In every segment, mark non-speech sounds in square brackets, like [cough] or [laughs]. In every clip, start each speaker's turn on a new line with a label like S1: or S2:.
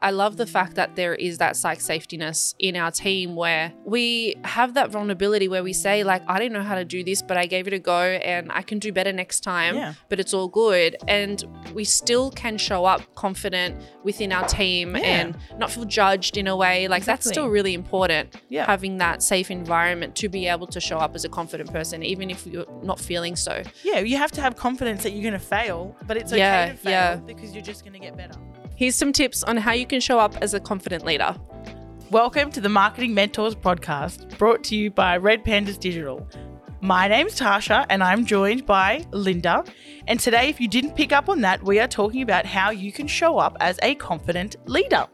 S1: I love the fact that there is that psych safetyness in our team where we have that vulnerability where we say, like, I didn't know how to do this, but I gave it a go and I can do better next time,
S2: Yeah.
S1: but it's all good. And we still can show up confident within our team
S2: Yeah.
S1: and not feel judged in a way. Like, that's
S2: Exactly.
S1: still really important,
S2: Yeah.
S1: having that safe environment to be able to show up as a confident person, even if you're not feeling so.
S2: Yeah, you have to have confidence that you're going to fail, but it's okay
S1: Yeah,
S2: to fail
S1: yeah.
S2: because you're just going to get better.
S1: Here's some tips on how you can show up as a confident leader.
S2: Welcome to the Marketing Mentors podcast, brought to you by Red Pandas Digital. My name's Tasha, and I'm joined by Linda. And today, if you didn't pick up on that, we are talking about how you can show up as a confident leader.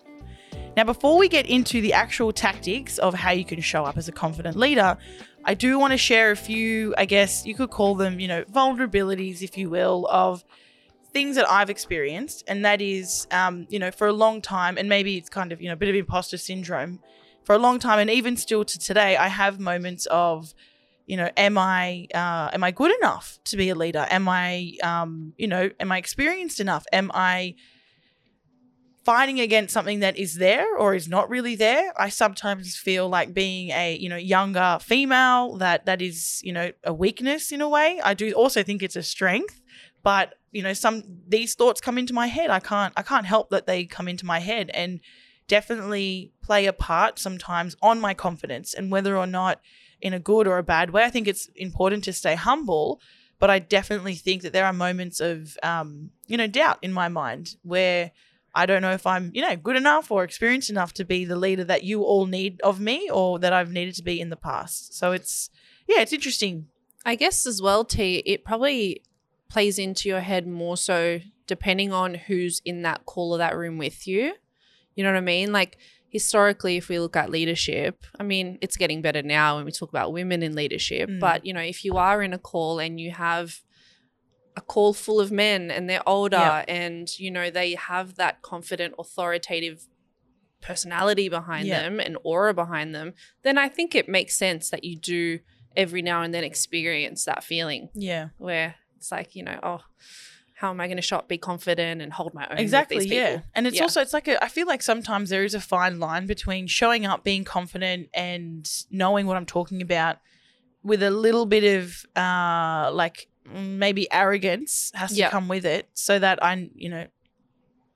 S2: Now, before we get into the actual tactics of how you can show up as a confident leader, I do want to share a few, I guess you could call them, you know, vulnerabilities, if you will, of things that I've experienced. And that is, um, you know, for a long time, and maybe it's kind of, you know, a bit of imposter syndrome. For a long time, and even still to today, I have moments of, you know, am I uh, am I good enough to be a leader? Am I, um, you know, am I experienced enough? Am I fighting against something that is there or is not really there. I sometimes feel like being a, you know, younger female that that is, you know, a weakness in a way. I do also think it's a strength, but you know, some these thoughts come into my head. I can't I can't help that they come into my head and definitely play a part sometimes on my confidence and whether or not in a good or a bad way. I think it's important to stay humble, but I definitely think that there are moments of um, you know, doubt in my mind where I don't know if I'm, you know, good enough or experienced enough to be the leader that you all need of me or that I've needed to be in the past. So it's, yeah, it's interesting.
S1: I guess as well, T, it probably plays into your head more so depending on who's in that call or that room with you. You know what I mean? Like historically, if we look at leadership, I mean, it's getting better now when we talk about women in leadership.
S2: Mm.
S1: But, you know, if you are in a call and you have a call full of men and they're older
S2: Yeah.
S1: and, you know, they have that confident, authoritative personality behind
S2: Yeah.
S1: them and aura behind them, then I think it makes sense that you do every now and then experience that feeling
S2: Yeah.
S1: where it's like, you know, oh, how am I going to show up, be confident, and hold my own? with
S2: Exactly.
S1: these
S2: Yeah.
S1: people?
S2: And it's
S1: Yeah.
S2: also, it's like, a, I feel like sometimes there is a fine line between showing up, being confident, and knowing what I'm talking about with a little bit of uh like maybe arrogance has to
S1: Yeah.
S2: come with it so that I, you know,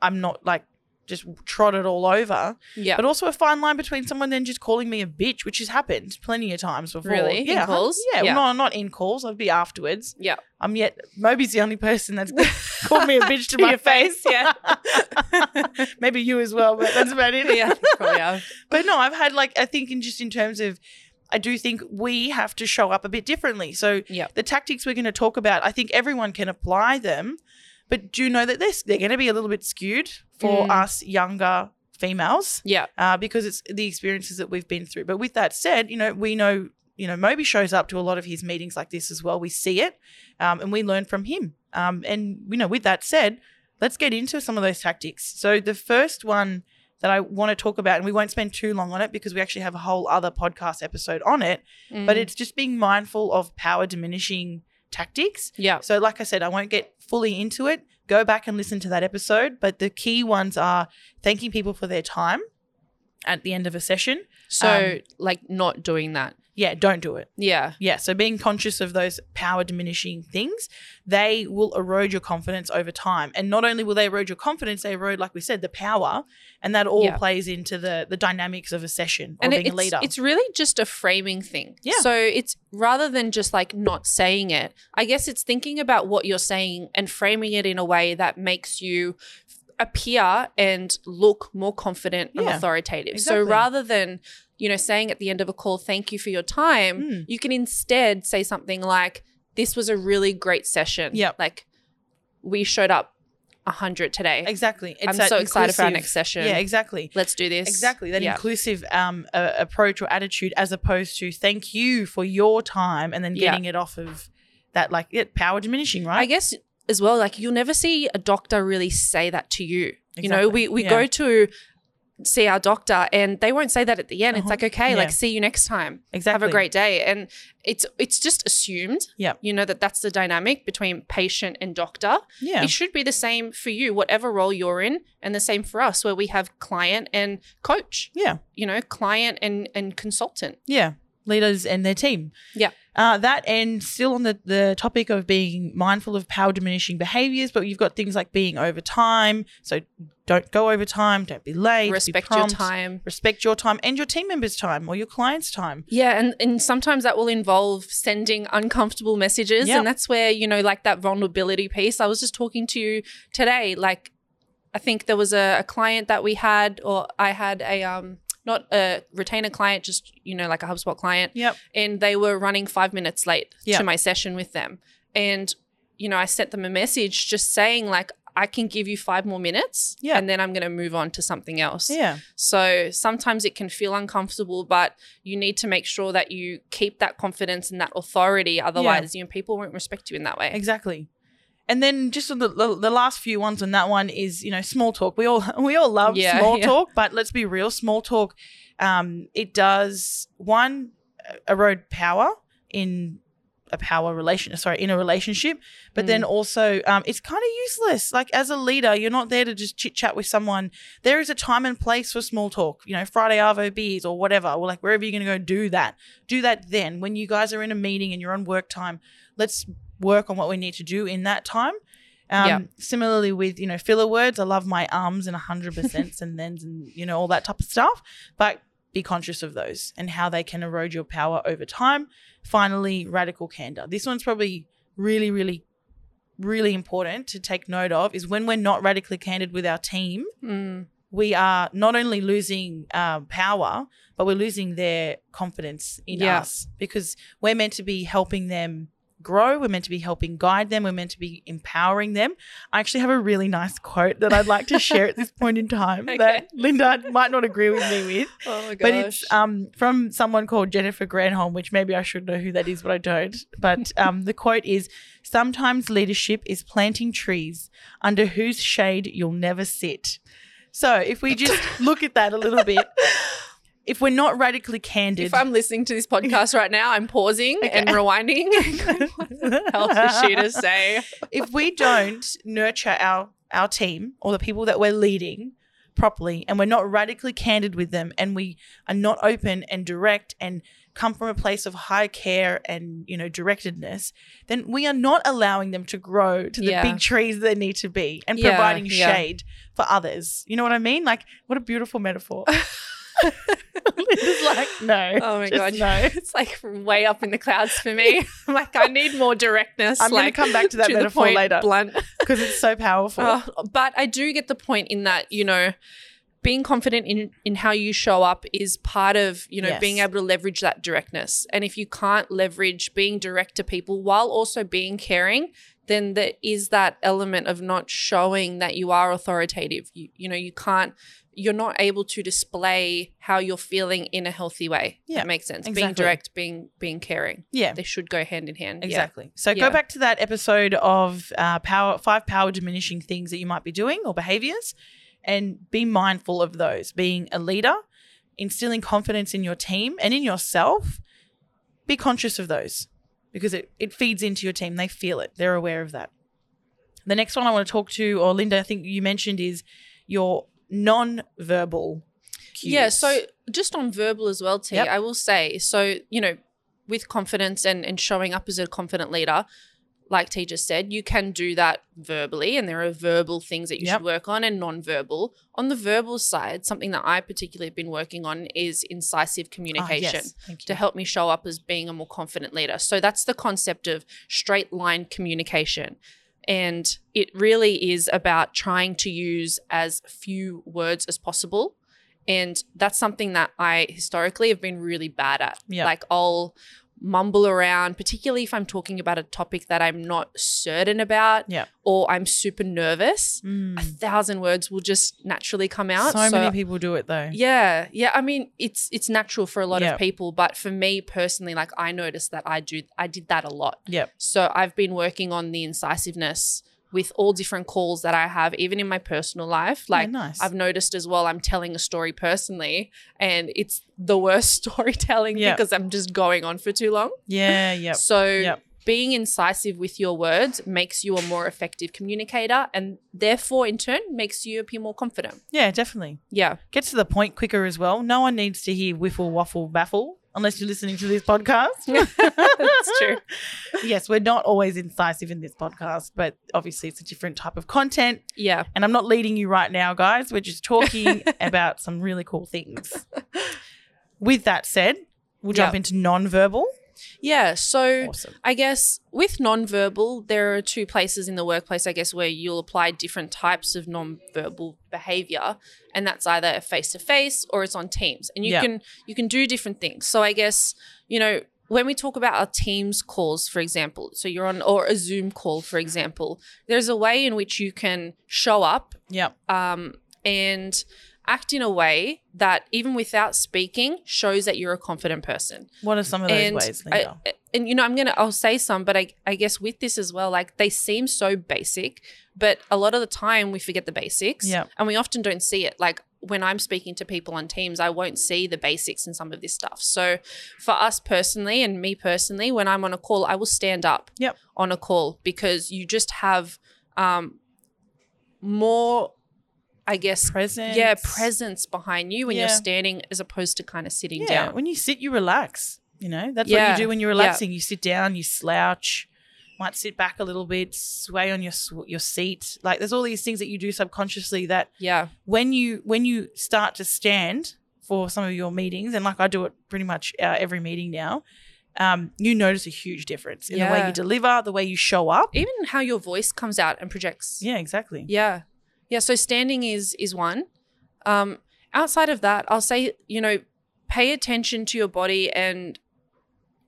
S2: I'm not like just trotted all over.
S1: Yeah.
S2: but also a fine line between someone then just calling me a bitch, which has happened plenty of times before.
S1: Really? In
S2: Yeah. hun-
S1: calls?
S2: Yeah.
S1: Yeah.
S2: No, I'm not in calls. I'd be afterwards.
S1: Yeah.
S2: I'm yet Moby's the only person that's
S1: [laughs]
S2: called me a bitch to,
S1: To
S2: my
S1: your face,
S2: face.
S1: yeah.
S2: [laughs] Maybe you as well, but that's about it.
S1: [laughs] yeah. Probably have.
S2: But no, I've had like I think in just in terms of I do think we have to show up a bit differently. So
S1: Yeah.
S2: the tactics we're going to talk about, I think everyone can apply them, but do know that they're, they're going to be a little bit skewed for
S1: Mm.
S2: us younger females
S1: Yeah.
S2: uh, because it's the experiences that we've been through. But with that said, you know, we know, you know, Moby shows up to a lot of his meetings like this as well. We see it um, and we learn from him. Um, and, you know, with that said, let's get into some of those tactics. So the first one that I want to talk about, and we won't spend too long on it because we actually have a whole other podcast episode on it,
S1: Mm.
S2: but it's just being mindful of power diminishing tactics.
S1: Mm, yeah.
S2: So, like I said, I won't get fully into it. Go back and listen to that episode. But the key ones are thanking people for their time at the end of a session.
S1: So,
S2: Um,
S1: like, not doing that.
S2: Yeah, don't do it.
S1: Yeah.
S2: Yeah, so being conscious of those power diminishing things, they will erode your confidence over time. And not only will they erode your confidence, they erode, like we said, the power. And that all
S1: Yeah.
S2: plays into the the dynamics of a session or
S1: and it-
S2: being a
S1: it's,
S2: leader.
S1: it's really just a framing thing.
S2: Yeah.
S1: So it's rather than just like not saying it, I guess it's thinking about what you're saying and framing it in a way that makes you appear and look more confident and
S2: Yeah,
S1: authoritative.
S2: exactly.
S1: So rather than, you know, saying at the end of a call, thank you for your time,
S2: Mm.
S1: you can instead say something like, this was a really great session.
S2: Yep.
S1: Like we showed up 100 today.
S2: exactly. It's
S1: I'm
S2: that
S1: so excited for our
S2: inclusive-
S1: next session.
S2: Yeah, exactly.
S1: Let's do this.
S2: Exactly. That
S1: Yeah.
S2: inclusive um, uh, approach or attitude as opposed to thank you for your time and then
S1: Yeah.
S2: getting it off of that like it, power diminishing, right?
S1: I guess as well, like you'll never see a doctor really say that to you. You know,
S2: Exactly.
S1: we we
S2: Yeah.
S1: go to see our doctor and they won't say that at the end. It's
S2: Uh-huh.
S1: like, okay,
S2: Yeah.
S1: like see you next time.
S2: Exactly.
S1: Have a great day. And it's it's just assumed,
S2: Yep.
S1: you know, that that's the dynamic between patient and doctor.
S2: Yeah.
S1: It should be the same for you, whatever role you're in, and the same for us where we have client and coach,
S2: Yeah.
S1: you know, client and and consultant.
S2: Yeah. Leaders and their team.
S1: Yeah.
S2: Uh, that and still on the, the topic of being mindful of power diminishing behaviors, but you've got things like being over time. So don't go over time, don't be late, be
S1: Respect your
S2: prompt,
S1: time.
S2: Respect your time and your team members' time or your clients' time.
S1: Yeah, and, and sometimes that will involve sending uncomfortable messages.
S2: Yeah.
S1: And that's where, you know, like that vulnerability piece. I was just talking to you today. Like, I think there was a, a client that we had, or I had a, um, not a retainer client, just, you know, like a HubSpot client.
S2: Yep.
S1: And they were running five minutes late
S2: Yeah.
S1: to my session with them. And, you know, I sent them a message just saying, like, I can give you five more minutes.
S2: Yeah.
S1: And then I'm going to move on to something else.
S2: Yeah.
S1: So sometimes it can feel uncomfortable, but you need to make sure that you keep that confidence and that authority. Otherwise, you know, people won't respect you in that way.
S2: Exactly. And then just on the, the, the last few ones on that one is you know small talk. We all [laughs] we all love
S1: Yeah,
S2: small
S1: yeah.
S2: talk, but let's be real. Small talk, um, it does one e-, erode power in a power relation. Sorry, in a relationship, but then
S1: Mm.
S2: also um, it's kind of useless. Like as a leader, you're not there to just chit chat with someone. There is a time and place for small talk. You know, Friday Arvo beers or whatever. Or like wherever you're going to go, do that. Do that then when you guys are in a meeting and you're on work time. Let's work on what we need to do in that time. Um,
S1: Yeah.
S2: Similarly with you know filler words, I love my ums and hundred percents and thens and you know all that type of stuff, but be conscious of those and how they can erode your power over time. Finally, radical candor. This one's probably really, really, really important to take note of is when we're not radically candid with our team,
S1: Mm.
S2: we are not only losing um, power, but we're losing their confidence in
S1: Yeah.
S2: us because we're meant to be helping them grow. We're meant to be helping guide them. We're meant to be empowering them. I actually have a really nice quote that I'd like
S1: [laughs]
S2: to share at this point in time
S1: Okay.
S2: that Linda might not agree with me with.
S1: Oh my gosh.
S2: But it's um, from someone called Jennifer Granholm, which maybe I should know who that is, but I don't.
S1: [laughs]
S2: But um, the quote is Sometimes leadership is planting trees under whose shade you'll never sit. So if we just
S1: [laughs]
S2: look at that a little bit, if we're not radically candid,
S1: if I'm [laughs] listening to this podcast right now, I'm pausing and rewinding.
S2: [laughs]
S1: what the hell does she to say?
S2: if we don't nurture our our team or the people that we're leading properly and we're not radically candid with them and we are not open and direct and come from a place of high care and you know directedness then we are not allowing them to grow to the
S1: Yeah.
S2: big trees they need to be and
S1: Yeah,
S2: providing
S1: yeah.
S2: shade for others you know what i mean like what a beautiful
S1: [laughs]
S2: metaphor [laughs] it's like no
S1: Oh my
S2: just
S1: god,
S2: no
S1: [laughs] it's like way up in the clouds for me. [laughs] I'm like, I need more directness.
S2: I'm gonna
S1: like, [laughs]
S2: come back to that
S1: the
S2: metaphor
S1: point,
S2: later.
S1: Blunt.
S2: because it's so powerful
S1: Uh, but I do get the point in that, you know, being confident in in how you show up is part of, you know,
S2: Yes.
S1: being able to leverage that directness. And if you can't leverage being direct to people while also being caring, then there is that element of not showing that you are authoritative. You, you know, you can't you're not able to display how you're feeling in a healthy way.
S2: Yeah,
S1: that makes sense.
S2: exactly.
S1: Being direct, being being caring.
S2: yeah
S1: They should go hand in hand. Yeah.
S2: Exactly. So
S1: Yeah.
S2: go back to that episode of uh, power five power diminishing things that you might be doing or behaviors, and be mindful of those. Being a leader, instilling confidence in your team and in yourself. Be conscious of those because it, it feeds into your team. They feel it. They're aware of that. The next one I want to talk to, or Linda, I think you mentioned is your non-verbal. Cues. Ah,
S1: Yeah. So just on verbal as well, T, I
S2: Yep.
S1: will say, so, you know, with confidence and, and showing up as a confident leader, like T just said, you can do that verbally, and there are verbal things that you
S2: Yep.
S1: should work on and non-verbal. On the verbal side, something that I particularly have been working on is incisive
S2: Ah, yes.
S1: communication
S2: Thank
S1: to
S2: you.
S1: help me show up as being a more confident leader. So that's the concept of straight line communication. And it really is about trying to use as few words as possible. And that's something that I historically have been really bad at.
S2: Yeah.
S1: Like I'll mumble around, particularly if I'm talking about a topic that I'm not certain about
S2: Yeah.
S1: or I'm super nervous.
S2: Mm.
S1: A thousand words will just naturally come out.
S2: So many people do it though.
S1: Yeah, yeah. I mean, it's it's natural for a lot
S2: Yeah.
S1: of people, but for me personally, like I noticed that I do I did that a lot.
S2: Yep.
S1: So I've been working on the incisiveness with all different calls that I have, even in my personal life. Like,
S2: nice.
S1: I've noticed as well, I'm telling a story personally, and it's the worst [laughs] storytelling
S2: Yeah.
S1: because I'm just going on for too long.
S2: yeah, yeah.
S1: So,
S2: Yep.
S1: being incisive with your words makes you a more effective communicator, and therefore, in turn, makes you appear more confident.
S2: Yeah, definitely.
S1: Yeah. [laughs]
S2: Gets to the point quicker as well. No one needs to hear whiffle, waffle, baffle unless you're listening to this
S1: [laughs]
S2: podcast.
S1: That's true.
S2: yes, we're not always incisive in this podcast, but obviously it's a different type of content.
S1: Yeah.
S2: And I'm not leading you right now, guys. We're just
S1: [laughs]
S2: talking about some really cool things. With that said, we'll jump
S1: Yeah.
S2: into nonverbal.
S1: Yeah. So,
S2: Awesome.
S1: I guess with nonverbal, there are two places in the workplace, I guess, where you'll apply different types of nonverbal behavior, and that's either face to face or it's on Teams, and you
S2: Yeah.
S1: can you can do different things. So I guess you know when we talk about our Teams calls, for example, so you're on or a Zoom call, for example, there's a way in which you can show up
S2: Yep.
S1: um, and act in a way that even without speaking shows that you're a confident person
S2: What are some of those
S1: and
S2: ways,
S1: I-
S2: Linda?
S1: and you know i'm gonna i'll say some but I, I guess with this as well like they seem so basic but a lot of the time we forget the basics
S2: Yeah.
S1: and we often don't see it like when i'm speaking to people on teams i won't see the basics in some of this stuff so for us personally and me personally when i'm on a call i will stand up
S2: Yep.
S1: on a call because you just have um more i guess
S2: presence.
S1: yeah presence behind you when you're
S2: Yeah.
S1: standing as opposed to kind of sitting
S2: Yeah.
S1: down
S2: When you sit, you relax. You know, that's
S1: Yeah.
S2: what you do when you're
S1: Yeah.
S2: relaxing. You sit down, you slouch, might sit back a little bit, sway on your sw- your seat. Like there's all these things that you do subconsciously that
S1: yeah
S2: when you when you start to stand for some of your meetings, and like I do it pretty much uh, every meeting now, um, you notice a huge difference in the way
S1: Yeah.
S2: you deliver, the way you show up.
S1: even how your voice comes out and projects.
S2: Yeah, exactly.
S1: Yeah. Yeah, so standing is is one. Um outside of that, I'll say, you know, pay attention to your body and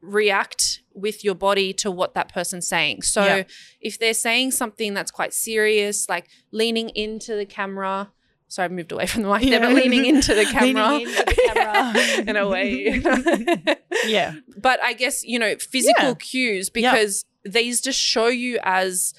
S1: react with your body to what that person's saying. So
S2: Yeah.
S1: if they're saying something that's quite serious, like leaning into the camera, sorry, I've moved away from the mic there, but
S2: Yeah.
S1: leaning into the
S2: [laughs] Leaning
S1: camera
S2: into the camera.
S1: [laughs] in a
S2: [laughs]
S1: way.
S2: yeah,
S1: but I guess you know physical
S2: Yeah.
S1: cues
S2: Yeah.
S1: because these just show you as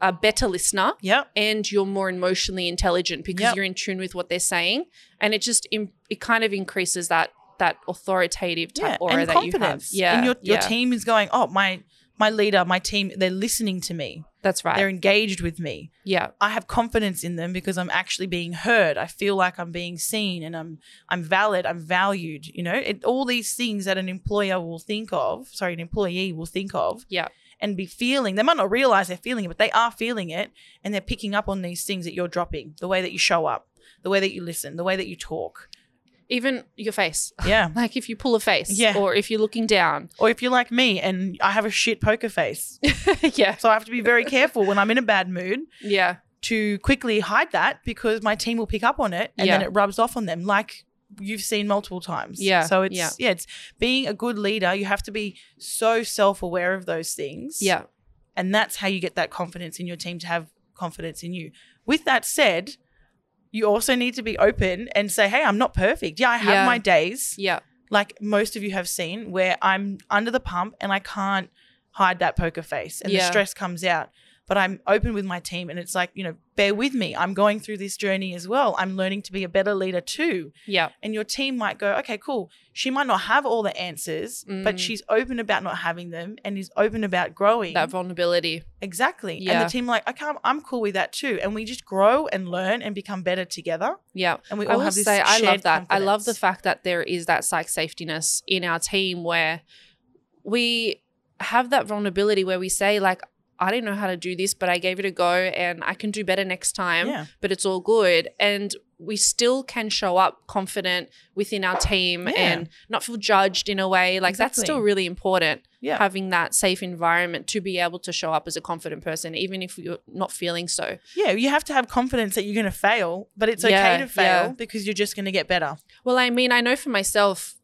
S1: a better listener
S2: yep.
S1: and you're more emotionally intelligent because
S2: Yep.
S1: you're in tune with what they're saying and it just im- it kind of increases that that authoritative type aura
S2: and
S1: that you have
S2: confidence.
S1: yeah
S2: and your, your
S1: yeah.
S2: team is going. Oh, my my leader, my team, they're listening to me.
S1: that's right
S2: They're engaged with me.
S1: yeah
S2: I have confidence in them because I'm actually being heard. I feel like I'm being seen, and I'm I'm valid. I'm valued. You know, it, all these things that an employer will think of. Sorry, an employee will think of.
S1: Yeah.
S2: And be feeling. They might not realize they're feeling it, but they are feeling it, and they're picking up on these things that you're dropping. The way that you show up, the way that you listen, the way that you talk.
S1: even your face
S2: Yeah.
S1: like if you pull a face
S2: Yeah.
S1: or if you're looking
S2: [laughs]
S1: down
S2: or if you're like me and I have a shit poker face,
S1: yeah
S2: So I have to be very careful when I'm in a bad mood
S1: yeah
S2: to quickly hide that because my team will pick up on it and then
S1: Yeah.
S2: it rubs off on them like you've seen multiple times.
S1: Yeah,
S2: So it's yeah.
S1: yeah.
S2: it's being a good leader, you have to be so self-aware of those things.
S1: yeah
S2: And that's how you get that confidence in your team to have confidence in you. With that said, you also need to be open and say, "Hey, I'm not perfect. Yeah, I have
S1: Yeah.
S2: my days
S1: yeah
S2: like most of you have seen, where I'm under the pump and I can't hide that poker face and the
S1: Yeah.
S2: stress comes out. But I'm open with my team and it's like, you know, bear with me. I'm going through this journey as well. I'm learning to be a better leader too.
S1: yeah
S2: And your team might go, okay, cool. She might not have all the answers, but
S1: Mm.
S2: she's open about not having them and is open about growing.
S1: that vulnerability
S2: exactly. And
S1: Yeah.
S2: the team, like, okay, I'm, I'm cool with that too. And we just grow and learn and become better together.
S1: yeah
S2: And we
S1: I
S2: all
S1: will
S2: have this.
S1: say I love
S2: shared
S1: that. I love the
S2: confidence.
S1: fact that there is that psych safetiness in our team where we have that vulnerability where we say like I didn't know how to do this, but I gave it a go and I can do better next time,
S2: Yeah.
S1: but it's all good. And we still can show up confident within our team
S2: Yeah.
S1: and not feel judged in a way. Like that's still
S2: Exactly.
S1: really important.
S2: Yeah.
S1: Having that safe environment to be able to show up as a confident person, even if you're not feeling so.
S2: Yeah, you have to have confidence that you're going to fail, but it's okay
S1: Yeah,
S2: to fail
S1: yeah.
S2: because you're just going to get better.
S1: Well, I mean, I know for myself,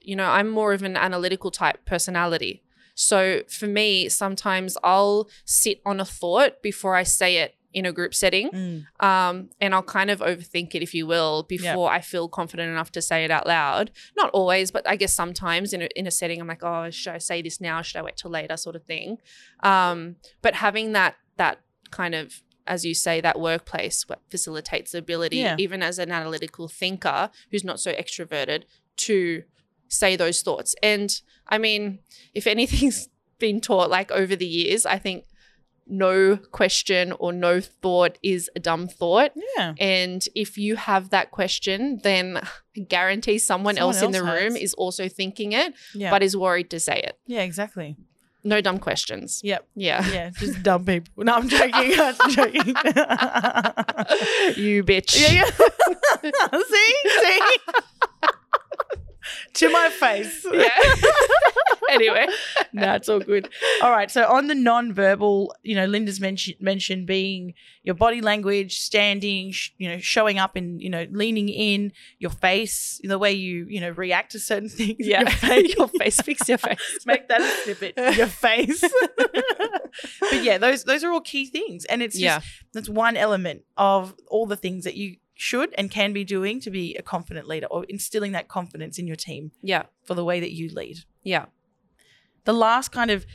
S1: you know, I'm more of an analytical type personality. So for me, sometimes I'll sit on a thought before I say it in a group setting. Um, and I'll kind of overthink it, if you will, before I feel confident enough to say it out loud. Not always, but I guess sometimes in a, in a setting, I'm like, oh, should I say this now? Should I wait till later? Sort of thing. Um, but having that that kind of as you say that workplace what facilitates the ability
S2: Yeah.
S1: even as an analytical thinker who's not so extroverted to say those thoughts and i mean if anything's [laughs] been taught like over the years i think no question or no thought is a dumb thought
S2: Yeah.
S1: and if you have that question then [laughs] i guarantee someone,
S2: Someone
S1: else in the
S2: else
S1: room
S2: has.
S1: is also thinking it
S2: Yeah.
S1: but is worried to say it
S2: yeah, exactly.
S1: no dumb questions [laughs]
S2: Yep.
S1: yeah
S2: Yeah, just dumb people. No, I'm joking.
S1: [laughs]
S2: I'm joking. [laughs]
S1: you bitch
S2: yeah, [laughs] yeah. see? See?
S1: [laughs]
S2: to my face.
S1: yeah. [laughs] anyway.
S2: no, it's all good. All right. So on the non-verbal, you know, Linda's mentioned mentioned being your body language, standing, sh- you know, showing up and you know, leaning in, your face, the way you you know react to certain [laughs] things. Your face,
S1: your face, fix [laughs] your face.
S2: make that a snippet. Your face. [laughs] but yeah, those those are all key things, and it's just
S1: yeah.
S2: that's one element of all the things that you should and can be doing to be a confident leader or instilling that confidence in your team
S1: Yeah.
S2: for the way that you lead.
S1: Yeah.
S2: The last kind of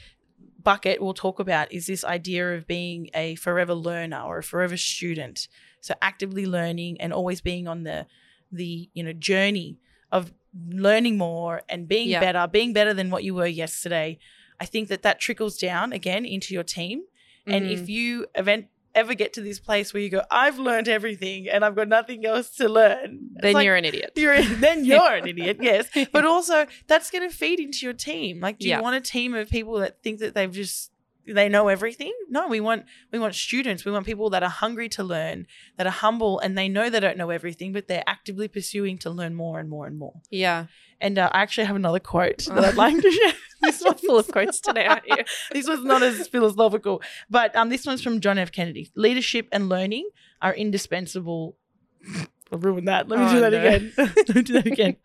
S2: bucket we'll talk about is this idea of being a forever learner or a forever student. So actively learning and always being on the the you know journey of learning more and being
S1: Yeah.
S2: better, being better than what you were yesterday. I think that that trickles down again into your team. And
S1: Mhm.
S2: if you event ever get to this place where you go, I've learned everything and I've got nothing else to learn, it's
S1: then
S2: like,
S1: you're an idiot.
S2: you're then you're an idiot, yes. But also, that's going to feed into your team. Like, do
S1: Yeah.
S2: you want a team of people that think that they've just they know everything? No, we want we want students. We want people that are hungry to learn, that are humble, and they know they don't know everything, but they're actively pursuing to learn more and more and more.
S1: [laughs] yeah.
S2: And uh, I actually have another quote that I'd like to share. [laughs]
S1: This one's full of quotes today, aren't you?
S2: this was not as philosophical, but um, this one's from John F. Kennedy. Leadership and learning are indispensable. [laughs] I ruined that. Let me
S1: Oh,
S2: do that
S1: no.
S2: again. Let me do that again.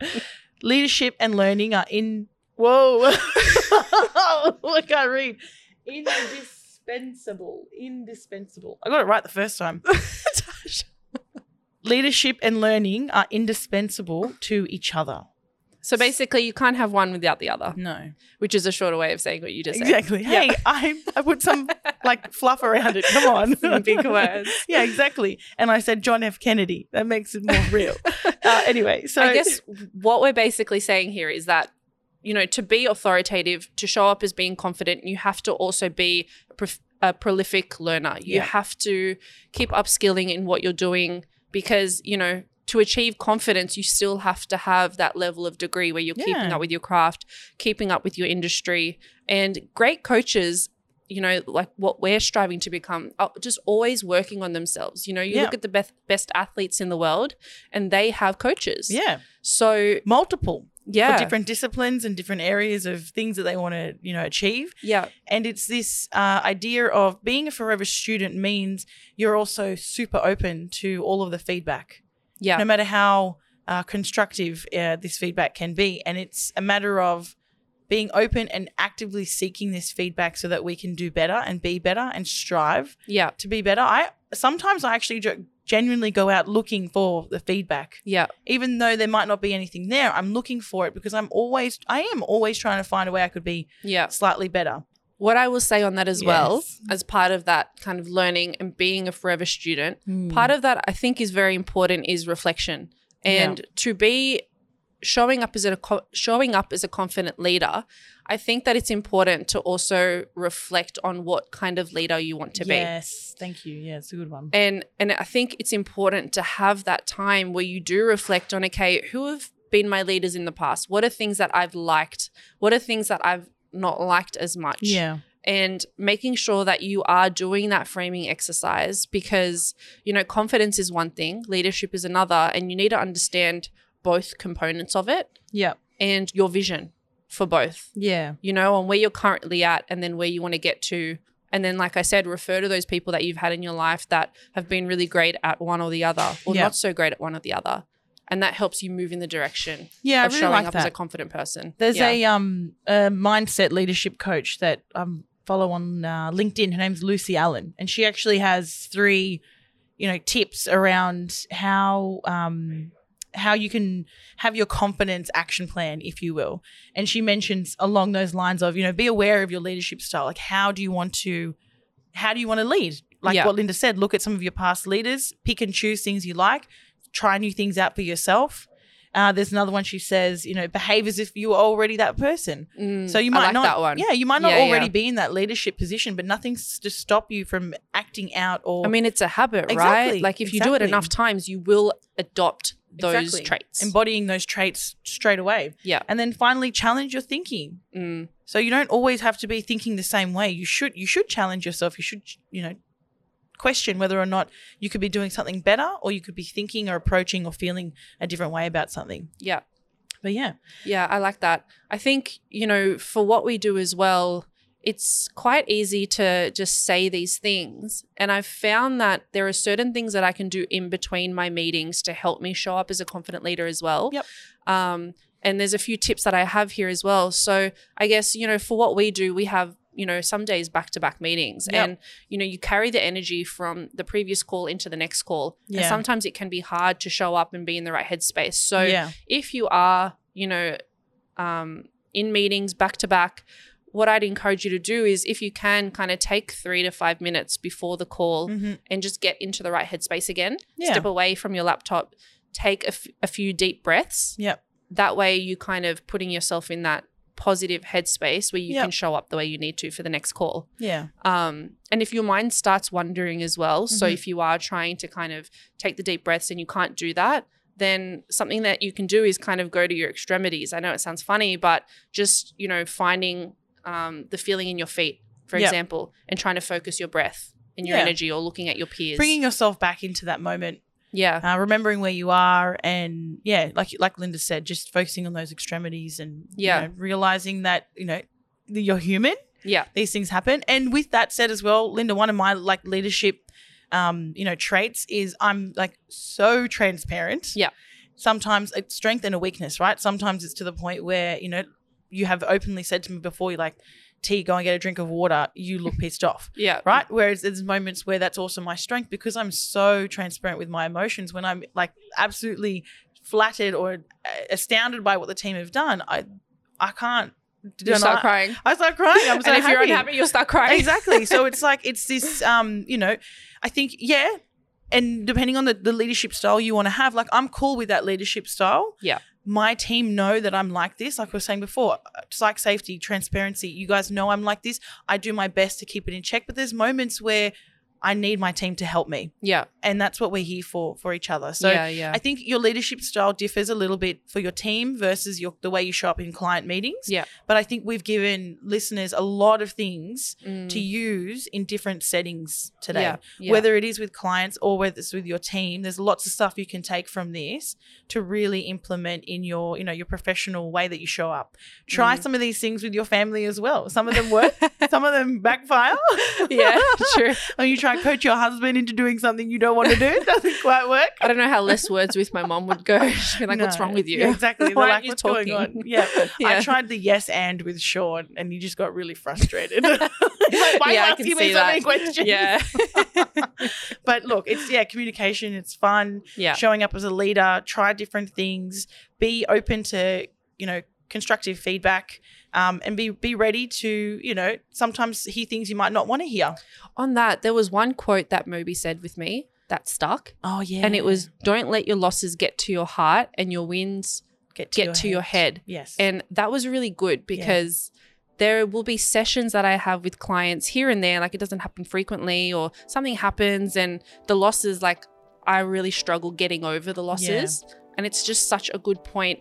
S2: Leadership and learning are in. [laughs] Whoa! I can't read. Indispensable. Indispensable. I got it right the first time. Leadership and learning are indispensable to each other.
S1: So basically, you can't have one without the other,
S2: No.
S1: which is a shorter way of saying what you just said.
S2: Exactly. Hey, I I
S1: [laughs]
S2: put some like fluff around it. Come on.
S1: Some big words.
S2: [laughs] yeah, exactly. And I said John F. Kennedy. That makes it more
S1: [laughs]
S2: real. uh, anyway, so
S1: I guess what we're basically saying here is that, you know, to be authoritative, to show up as being confident, you have to also be a, prof- a prolific learner. You
S2: Yeah.
S1: have to keep upskilling in what you're doing because, you know, to achieve confidence, you still have to have that level of degree where you're keeping
S2: Yeah.
S1: up with your craft, keeping up with your industry. And great coaches, you know, like what we're striving to become, are just always working on themselves. You know, you
S2: Yeah.
S1: look at the best, best athletes in the world and they have coaches.
S2: yeah,
S1: So
S2: multiple
S1: yeah,
S2: for different disciplines and different areas of things that they want to you know achieve.
S1: yeah,
S2: And it's this uh, idea of being a forever student means you're also super open to all of the feedback.
S1: yeah,
S2: no matter how uh, constructive uh, this feedback can be. And it's a matter of being open and actively seeking this feedback so that we can do better and be better and strive
S1: yeah,
S2: to be better. I sometimes I actually ge- genuinely go out looking for the feedback,
S1: yeah,
S2: even though there might not be anything there. I'm looking for it because I'm always I am always trying to find a way I could be
S1: yeah.
S2: slightly better.
S1: What I will say on that as well,
S2: Yes.
S1: as part of that kind of learning and being a forever student,
S2: Mm.
S1: part of that I think is very important is reflection and to be showing up as a co- showing up as a confident leader. I think that it's important to also reflect on what kind of leader you want to be.
S2: Yes, thank you. Yeah, it's a good one.
S1: And and I think it's important to have that time where you do reflect on okay, who have been my leaders in the past? What are things that I've liked? What are things that I've not liked as much?
S2: Yeah.
S1: And making sure that you are doing that framing exercise because, you know, confidence is one thing, leadership is another, and you need to understand both components of it
S2: Yeah.
S1: and your vision for both
S2: Yeah.
S1: you know, on where you're currently at and then where you want to get to. And then, like I said, refer to those people that you've had in your life that have been really great at one or the other, or
S2: Yeah.
S1: not so great at one or the other. And that helps you move in the direction
S2: Yeah, I
S1: of
S2: really
S1: showing
S2: like
S1: up
S2: that.
S1: as a confident person.
S2: There's
S1: Yeah.
S2: a um a mindset leadership coach that um follow on uh, LinkedIn. Her name's Lucy Allen, and she actually has three, you know, tips around how um how you can have your confidence action plan, if you will. And she mentions along those lines of you know be aware of your leadership style. Like how do you want to how do you want to lead? like
S1: Yeah.
S2: what Linda said, look at some of your past leaders, pick and choose things you like, try new things out for yourself. Uh, there's another one she says, you know, behave as if you were already that person.
S1: Mm,
S2: So you
S1: I
S2: might
S1: like
S2: not,
S1: that one.
S2: yeah, you might not
S1: Yeah,
S2: already
S1: yeah.
S2: be in that leadership position, but nothing's to stop you from acting out or
S1: I mean, it's a habit,
S2: Exactly,
S1: right? Like if you do it
S2: exactly.
S1: enough times, you will adopt those
S2: Exactly.
S1: traits.
S2: embodying those traits straight away.
S1: yeah.
S2: And then finally, challenge your thinking.
S1: Mm.
S2: So you don't always have to be thinking the same way. You should you should challenge yourself. You should you know question whether or not you could be doing something better, or you could be thinking or approaching or feeling a different way about something.
S1: Yeah.
S2: But yeah,
S1: Yeah, I like that. I think, you know, for what we do as well, it's quite easy to just say these things. And I've found that there are certain things that I can do in between my meetings to help me show up as a confident leader as well.
S2: Yep.
S1: Um, and there's a few tips that I have here as well. So I guess, you know, for what we do, we have, you know, some days back to back meetings.
S2: Yep.
S1: And, you know, you carry the energy from the previous call into the next call. And
S2: Yeah.
S1: sometimes it can be hard to show up and be in the right headspace. So
S2: yeah,
S1: if you are, you know, um, in meetings back to back, what I'd encourage you to do is if you can kind of take three to five minutes before the call
S2: Mhm.
S1: and just get into the right headspace again,
S2: yeah,
S1: Mm-hmm. step away from your laptop, take a, f- a few deep breaths.
S2: Yep.
S1: That way, you kind of putting yourself in that positive headspace where you
S2: Yep.
S1: can show up the way you need to for the next call.
S2: yeah,
S1: Um, and if your mind starts wandering as well, so
S2: Mhm.
S1: if you are trying to kind of take the deep breaths and you can't do that, then something that you can do is kind of go to your extremities. I know it sounds funny, but just, you know, finding um, the feeling in your feet, for
S2: Yeah.
S1: example, and trying to focus your breath and your
S2: Yeah.
S1: energy or looking at your peers.
S2: bringing yourself back into that moment,
S1: yeah.
S2: uh, remembering where you are, and yeah, like like Linda said, just focusing on those extremities and you
S1: Yeah.
S2: know, realizing that you know that you're human.
S1: Yeah.
S2: these things happen. And with that said as well, Linda, one of my like leadership um, you know, traits is I'm like so transparent.
S1: Yeah.
S2: Sometimes it's strength and a weakness, right? Sometimes it's to the point where, you know, you have openly said to me before, you're like, T, go and get a drink of water, you look pissed off.
S1: Yeah.
S2: Right. Whereas there's moments where that's also my strength because I'm so transparent with my emotions when I'm like absolutely flattered or uh, astounded by what the team have done. I I can't
S1: You start
S2: deny-
S1: crying.
S2: I start crying. I'm so
S1: and if you're
S2: happy.
S1: unhappy, you'll start crying.
S2: Exactly.
S1: [laughs]
S2: So it's like it's this um, you know, I think yeah, and depending on the, the leadership style you want to have, like I'm cool with that leadership style.
S1: Yeah.
S2: My team know that I'm like this, like we were saying before. It's like safety, transparency. You guys know I'm like this. I do my best to keep it in check, but there's moments where I need my team to help me.
S1: Yeah.
S2: And that's what we're here for for each other. So
S1: yeah. Yeah.
S2: I think your leadership style differs a little bit for your team versus your the way you show up in client meetings.
S1: Yeah.
S2: But I think we've given listeners a lot of things
S1: Mm.
S2: to use in different settings today.
S1: Yeah. Yeah.
S2: Whether it is with clients or whether it's with your team, there's lots of stuff you can take from this to really implement in your, you know, your professional way that you show up. Try
S1: Mm.
S2: some of these things with your family as well. Some of them
S1: [laughs]
S2: work, some of them backfire. [laughs]
S1: yeah. True.
S2: or you try and coach your husband into doing something you don't want to do. It doesn't quite work.
S1: I don't know how less words with my mom would go. [laughs] She'd be like, what's
S2: No.
S1: wrong with you?
S2: Yeah, exactly. They're
S1: [laughs] Why
S2: like,
S1: aren't you
S2: what's going
S1: talking? [laughs]
S2: on? Yeah. I
S1: Yeah.
S2: tried the yes and with Sean and you just got really
S1: [laughs]
S2: frustrated. [laughs] Like, Why
S1: Yeah, I
S2: are you
S1: can
S2: asking me
S1: see
S2: so many
S1: that. [laughs]
S2: questions?
S1: Yeah.
S2: But look, it's yeah, communication, it's fun.
S1: yeah.
S2: Showing up as a leader, try different things, be open to, you know, constructive feedback, um, and be be ready to, you know, sometimes hear things you might not want to hear.
S1: On that, there was one quote that Moby said with me that stuck,
S2: Oh yeah.
S1: and it was don't let your losses get to your heart and your wins
S2: get
S1: get to your head.
S2: Yes.
S1: And that was really good because there will be sessions that I have with clients here and there, like it doesn't happen frequently, or something happens and the losses, like I really struggle getting over the losses. And it's just such a good point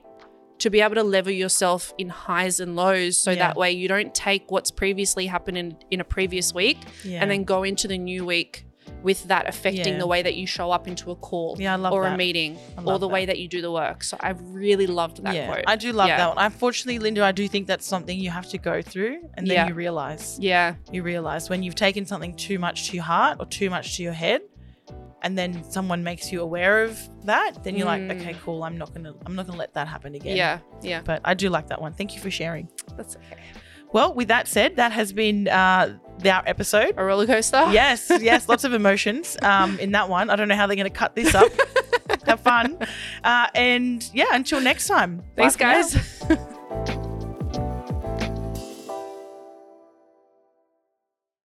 S1: to be able to level yourself in highs and lows so
S2: Yeah.
S1: that way you don't take what's previously happened in, in a previous week
S2: yeah.
S1: and then go into the new week with that affecting
S2: Yeah.
S1: the way that you show up into a call
S2: yeah, I love
S1: or
S2: that.
S1: a meeting
S2: I
S1: or
S2: love
S1: the
S2: that.
S1: way that you do the work. So I really loved that
S2: yeah,
S1: quote.
S2: I do love
S1: Yeah.
S2: that one. Unfortunately, Linda, I do think that's something you have to go through and then
S1: Yeah.
S2: you realize.
S1: yeah.
S2: You realize when you've taken something too much to your heart or too much to your head and then someone makes you aware of that, then you're like,
S1: Mm.
S2: okay, cool, I'm not going to I'm not going to let that happen again.
S1: Yeah. Yeah.
S2: But I do like that one. Thank you for sharing.
S1: That's okay.
S2: Well, with that said, that has been uh our episode.
S1: A roller coaster?
S2: Yes, yes, lots of emotions um in that one. I don't know how they're going to cut this
S1: [laughs]
S2: up. Have fun. Uh, and yeah, until next time. Bye
S1: Thanks,
S2: for now.
S1: guys.